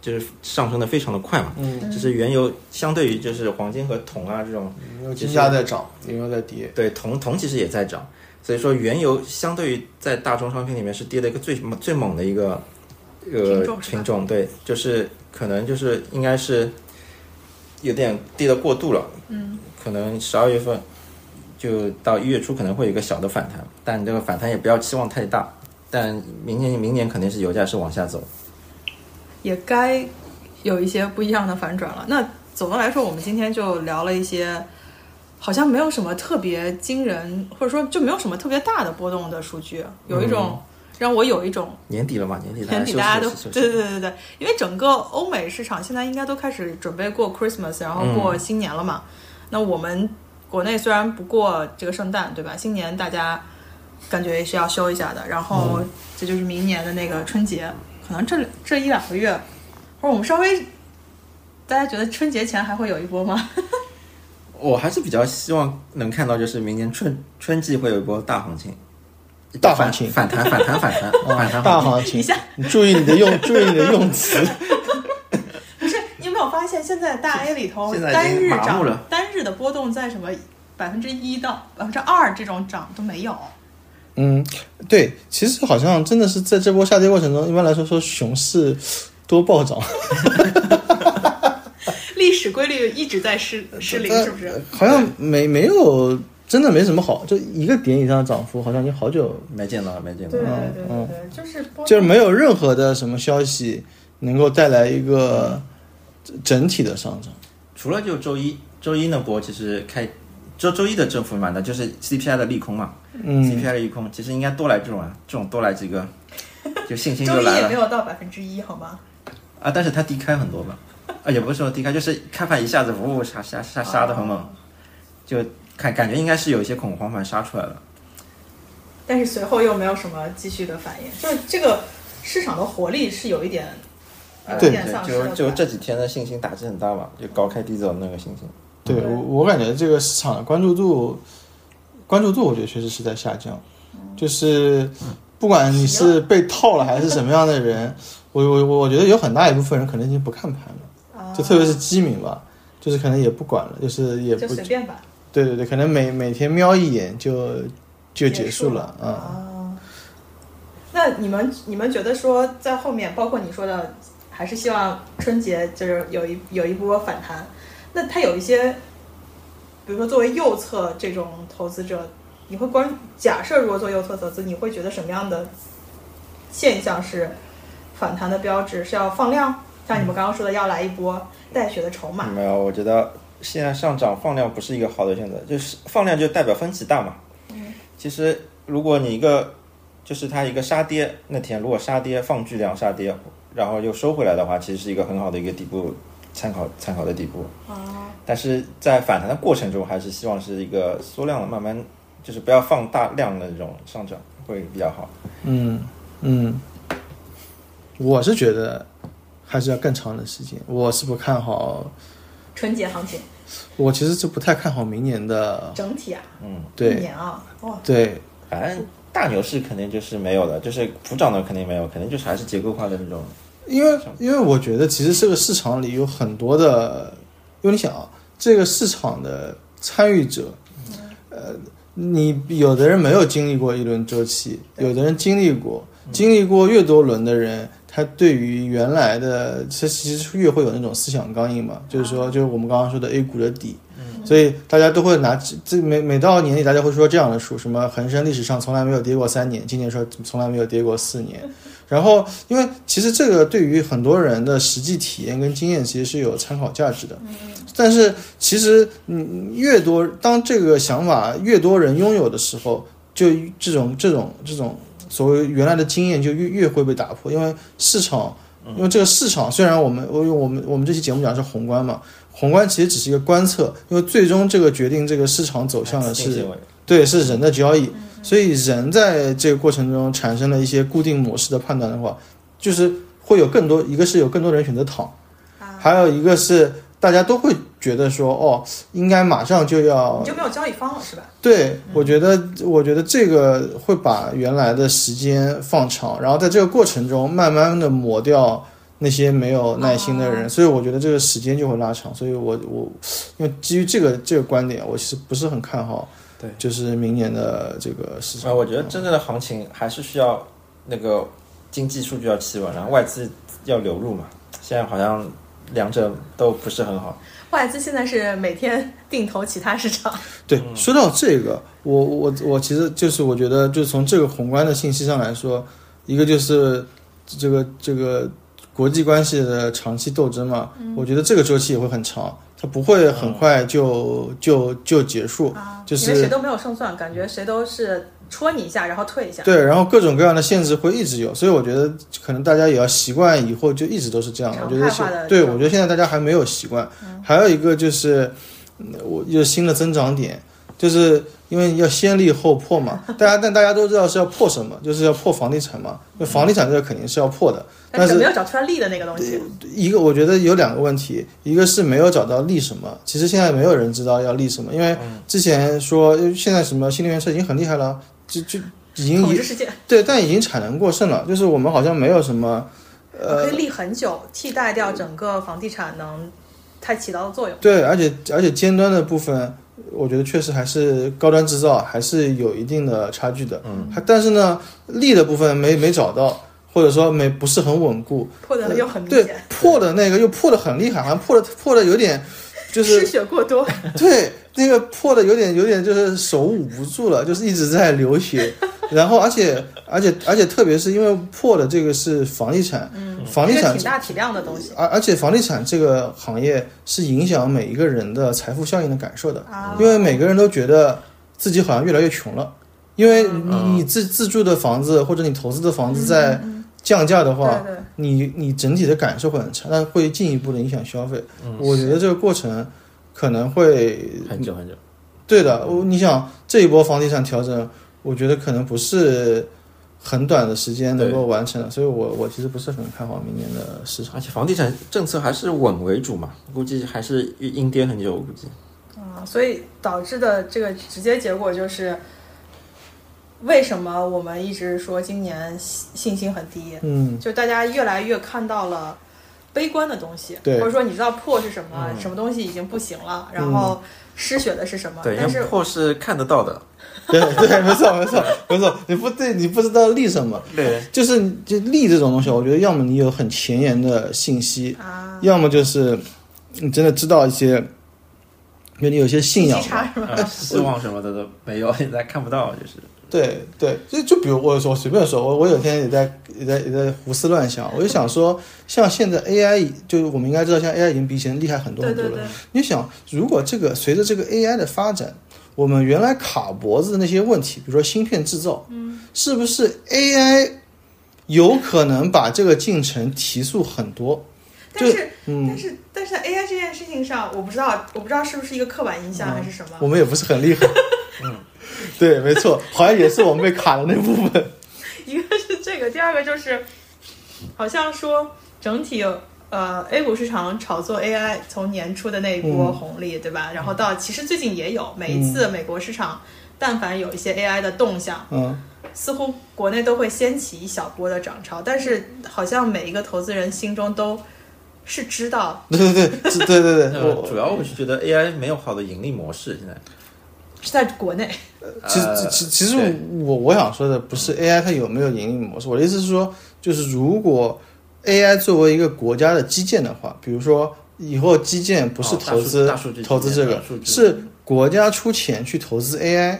就是上升的非常的快嘛。嗯，就是原油相对于就是黄金和铜啊这种，嗯因为金价在涨，原油在跌。对铜铜其实也在涨，所以说原油相对于在大宗商品里面是跌的一个最最猛的一个品呃种是吧品种，对，就是可能就是应该是有点跌的过度了，嗯，可能十二月份就到一月初可能会有一个小的反弹，但这个反弹也不要期望太大，但明年明年肯定是油价是往下走，也该有一些不一样的反转了。那总的来说，我们今天就聊了一些，好像没有什么特别惊人，或者说就没有什么特别大的波动的数据，有一种、让我有一种年底了嘛，年底大年底家休息大家都休息休息对对对对对，因为整个欧美市场现在应该都开始准备过 Christmas，然后过嗯新年了嘛。那我们国内虽然不过这个圣诞，对吧？新年大家感觉也是要休一下的，然后嗯这就是明年的那个春节，可能这这一两个月，或者我们稍微，大家觉得春节前还会有一波吗？我还是比较希望能看到，就是明年春春季会有一波大行情，大行情反反弹反弹反弹反弹大行行情 (laughs) 一下，你注意你的用，注意你的用词。不是，你有没有发现现在大 A 里头现在已单经日麻木涨了、单日的波动在什么百分之一到百分之二这种涨都没有？嗯，对，其实好像真的是在这波下跌过程中，一般来说说熊市多暴涨， (laughs) 历史规律一直在失 (laughs) 失灵，是不是？呃好像没没有真的没什么好，就一个点以上的涨幅，好像你好久情，没见到了没见到对对了，对对对，就是波嗯就是没有任何的什么消息能够带来一个整体的上涨。除了就周一周一那波，其实开周周一的政府蛮大，就是 CPI 的利空嘛、c 嗯 p i 的利空，其实应该多来这种啊，这种多来几个，就信心周就一来也没了有到百分之一，好吗？啊，但是它低开很多吧，啊也不是说低开，就是开盘一下子呜呜杀杀杀杀的很猛，就感感觉应该是有一些恐慌盘杀出来了。但是随后又没有什么继续的反应，就是这个市场的活力是有一点有对一点丧失就了就吧这几天的信心打击很大嘛，就高开低走的那个信心。对我我感觉这个市场的关注度，关注度我觉得确实是在下哦降，就是不管你啊是被套了还是什么样的人，我我我我觉得有很大一部分人可能已经不看盘了，啊，就特别是基民吧，就是可能也不管了，就是也就不随便吧，对对对，可能每每天瞄一眼就就结束了结啊、啊。那你们你们觉得说在后面，包括你说的，还是希望春节就是有一有一波反弹。那它有一些，比如说作为右侧这种投资者，你会关假设如果做右侧投资，你会觉得什么样的现象是反弹的标志？是要放量，像你们刚刚说的要来一波带血的筹码，没有，我觉得现在上涨放量不是一个好的选择，就是放量就代表分歧大嘛。其实如果你一个就是它一个杀跌那天，如果杀跌放巨量杀跌，然后又收回来的话，其实是一个很好的一个底部参考参考的底部。但是在反弹的过程中，还是希望是一个缩量的，慢慢就是不要放大量的那种上涨会比较好。嗯嗯，我是觉得还是要更长的时间，我是不看好，春节行情我其实是不太看好明年的，整体啊，一对年啊，哇、对反正大牛市肯定就是没有的，就是普涨的肯定没有，肯定就是还是结构化的那种。因为因为我觉得其实这个市场里有很多的，因为你想啊，这个市场的参与者，呃，你有的人没有经历过一轮周期，有的人经历过，经历过越多轮的人。他对于原来的，他其实越会有那种思想刚硬嘛，就是说，就是我们刚刚说的 A 股的底，所以大家都会拿这每每到年底，大家会说这样的数，什么恒生历史上从来没有跌过三年，今年说从来没有跌过四年，然后，因为其实这个对于很多人的实际体验跟经验，其实是有参考价值的。但是，其实嗯，越多当这个想法越多人拥有的时候，就这种这种这种所谓原来的经验就越越会被打破，因为市场，因为这个市场虽然我们我我们我们这期节目讲的是宏观嘛，宏观其实只是一个观测，因为最终这个决定这个市场走向的刺激是行为啊对，是人的交易，所以人在这个过程中产生了一些固定模式的判断的话，就是会有更多，一个是有更多人选择躺，还有一个是大家都会觉得说，哦，应该马上就要你就没有交易方了是吧？对，嗯我觉得，我觉得这个会把原来的时间放长，然后在这个过程中慢慢的磨掉那些没有耐心的人，哦所以我觉得这个时间就会拉长。所以我我因为基于这个这个观点，我其实不是很看好，对，就是明年的这个市场。啊，我觉得真正的行情还是需要那个经济数据要企稳，然后外资要流入嘛。现在好像两者都不是很好，外资现在是每天定投其他市场，对，说到这个，我我我其实就是我觉得，就从这个宏观的信息上来说，一个就是这个这个国际关系的长期斗争嘛，我觉得这个周期也会很长，它不会很快就、就就结束，就因为谁是都没有胜算，感觉谁都是戳你一下，然后退一下，对，然后各种各样的限制会一直有，所以我觉得可能大家也要习惯，以后就一直都是这样。我觉得常态化的现对，这种嗯我觉得现在大家还没有习惯。还有一个就是，嗯我有新的增长点，就是因为要先立后破 (laughs) 嘛。大家但大家都知道是要破什么，就是要破房地产嘛。那房地产这个肯定是要破的，但嗯是是呃没有找出来利的那个东西。一个我觉得有两个问题，一个是没有找到立什么，其实现在没有人知道要立什么，因为之前说呃现在什么新能源车已经很厉害了，就就已经统已治世界，对，但已经产能过剩了，就是我们好像没有什么呃我可以立很久，替代掉整个房地产能它起到的作用。对，而且而且尖端的部分，我觉得确实还是高端制造还是有一定的差距的，嗯，但是呢，利的部分没没找到，或者说没不是很稳固，呃破的嗯又很明对显，破的那个又破的很厉害，好像破的破的有点就是 (laughs) 失血过多，对，那个破的有点有点就是手捂不住了，就是一直在流血。然后而且而且而且特别是因为破的这个是房地产，房地一嗯个产挺大体量的东西而而且房地产这个行业是影响每一个人的财富效应的感受的，啊因为每个人都觉得自己好像越来越穷了，因为你嗯你自自住的房子或者你投资的房子在降价的话，对对你你整体的感受会很差，那会进一步的影响消费。我觉得这个过程可能会很久很久。对的，我你想这一波房地产调整，我觉得可能不是很短的时间能够完成的，所以我我其实不是很看好明年的市场。而且房地产政策还是稳为主嘛，估计还是阴跌很久，我估计。啊，所以导致的这个直接结果就是，为什么我们一直说今年信信心很低？嗯，就大家越来越看到了悲观的东西，对嗯或者说你知道破是什么，嗯什么东西已经不行了，然后失血的是什么？对，因但为是破是看得到的， (laughs) 对对，没错没错没错，你不对，你不知道立什么， (laughs) 对，就是你就利这种东西，我觉得要么你有很前沿的信息，啊，要么就是你真的知道一些，就你有些信仰信息嘛。差是吗？啊希望什么的都没有， (laughs) 现在看不到，就是对对，就就比如我说我随便说，我我有天也在也在也在胡思乱想，我就想说，像现在 AI，就是我们应该知道，现在 AI 已经比以前厉害很多对很多对了。对，你想，如果这个随着这个 AI 的发展，我们原来卡脖子的那些问题，比如说芯片制造，嗯，是不是 AI 有可能把这个进程提速很多？但是嗯，但是但是在 AI 这件事情上，我不知道我不知道是不是一个刻板印嗯象还是什么，我们也不是很厉害。嗯 (laughs) 对，没错，好像也是我们被卡的那部分。一个是这个，第二个就是，好像说整体呃 A 股市场炒作 AI 从年初的那一波嗯红利，对吧？然后到其实最近也有，每一次美国市场但凡有一些 AI 的动向，嗯，似乎国内都会掀起一小波的涨潮，但是好像每一个投资人心中都是知道，对对对，是对对对，呃我主要我是觉得 AI 没有好的盈利模式，现在是在国内其实呃其其实对嗯我我想说的不是 AI 它有没有盈利模式，我的意思是说，就是如果 AI 作为一个国家的基建的话，比如说以后基建不是哦大投数资、大数据投资这个大数，据是国家出钱去投资 AI，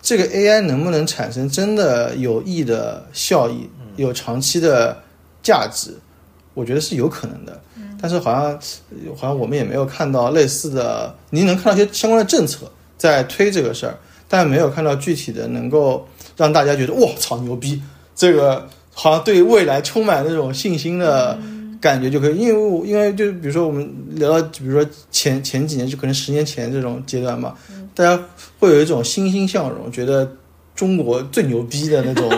这个 AI 能不能产生真的有益的效益，有长期的价值，我觉得是有可能的。但是好像好像我们也没有看到类似的，您能看到一些相关的政策在推这个事儿，但没有看到具体的能够让大家觉得我操牛逼，这个好像对未来充满那种信心的感觉就可以。因为我因为就比如说我们聊到比如说前前几年就可能十年前这种阶段嘛，大家会有一种欣欣向荣，觉得中国最牛逼的那种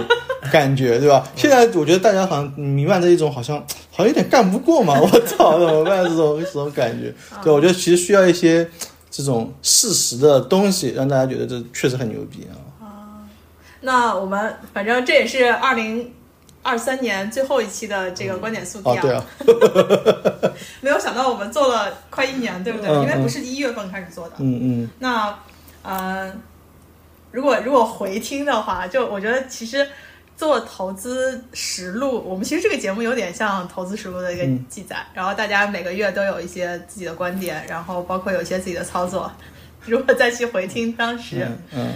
感觉，对吧？现在我觉得大家好像弥漫着一种好像好像有点干不过嘛，我 (laughs) 操，怎么办？这种这种感觉，对，我觉得其实需要一些这种事实的东西，让大家觉得这确实很牛逼啊。那我们反正这也是二零二三年最后一期的这个观点速递哦，对啊，没有想到我们做了快一年，对不对？嗯因为不是一月份开始做的。嗯嗯，那，呃，如果如果回听的话，就我觉得其实做投资实录，我们其实这个节目有点像投资实录的一个嗯记载。然后大家每个月都有一些自己的观点，然后包括有一些自己的操作。如果再去回听当时嗯嗯，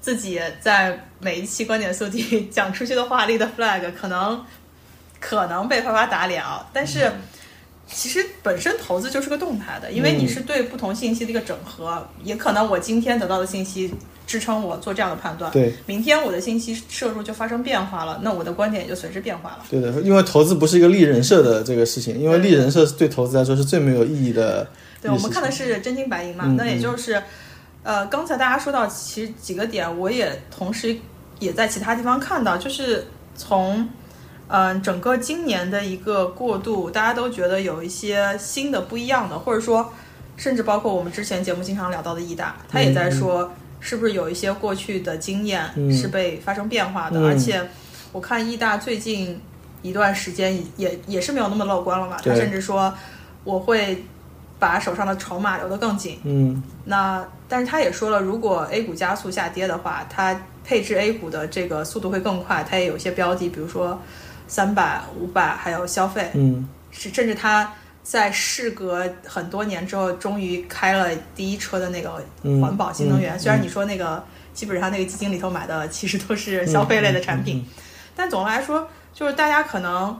自己在每一期观点速递 (laughs) 讲出去的话立的 flag，可能可能被啪啪打脸啊，但是。其实本身投资就是个动态的，因为你是对不同信息的一个整合，也可能我今天得到的信息支撑我做这样的判断，对明天我的信息摄入就发生变化了，那我的观点也就随之变化了。对的，因为投资不是一个立人设的这个事情，因为立人设是对投资来说是最没有意义的。对，我们看的是真金白银嘛，嗯那也就是，呃，刚才大家说到其实几个点，我也同时也在其他地方看到，就是从，嗯、整个今年的一个过渡，大家都觉得有一些新的不一样的，或者说，甚至包括我们之前节目经常聊到的易大，他也在说，是不是有一些过去的经验嗯是被发生变化的，嗯而且我看易大最近。一段时间也也是没有那么乐观了嘛，他对甚至说我会把手上的筹码留得更紧。嗯，那但是他也说了，如果 A 股加速下跌的话，他配置 A 股的这个速度会更快。他也有一些标的，比如说三百、五百，还有消费，嗯是甚至他在事隔很多年之后，终于开了第一车的那个嗯，环保新能源。嗯虽然你说那个基本上那个基金里头买的其实都嗯是消费类的产品，但总的来说，就是大家可能，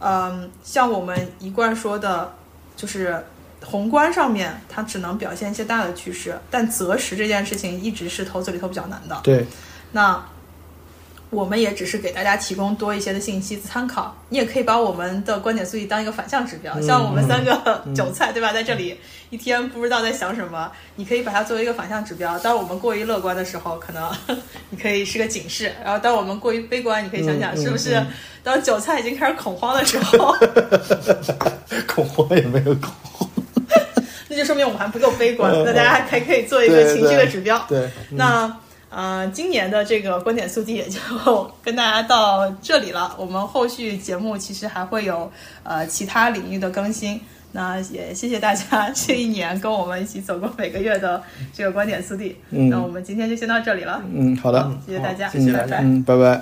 嗯，像我们一贯说的，就是宏观上面它只能表现一些大的趋势，但择时这件事情一直是投资里头比较难的。 (laughs) 对，那我们也只是给大家提供多一些的信息参考。你也可以把我们的观点速递当一个反向指标，嗯像我们三 (laughs) 个韭菜、对吧，在这里一天不知道在想什么，你可以把它作为一个反向指标。当我们过于乐观的时候，可能 (laughs) 你可以是个警示；然后当我们过于悲观，你可以想想嗯是不是嗯当韭菜已经开始恐慌的时候，恐慌也没有恐慌。 (laughs) 那就就说明我们还不够悲观。嗯那大家还可以做一对个对情绪的指标。对，那呃，今年的这个观点速递也就 (laughs) 跟大家到这里了。我们后续节目其实还会有呃其他领域的更新。那也谢谢大家这一年跟我们一起走过每个月的这个观点速递。嗯那我们今天就先到这里了，嗯，好的，谢谢大家，谢谢拜大拜家。嗯，拜拜。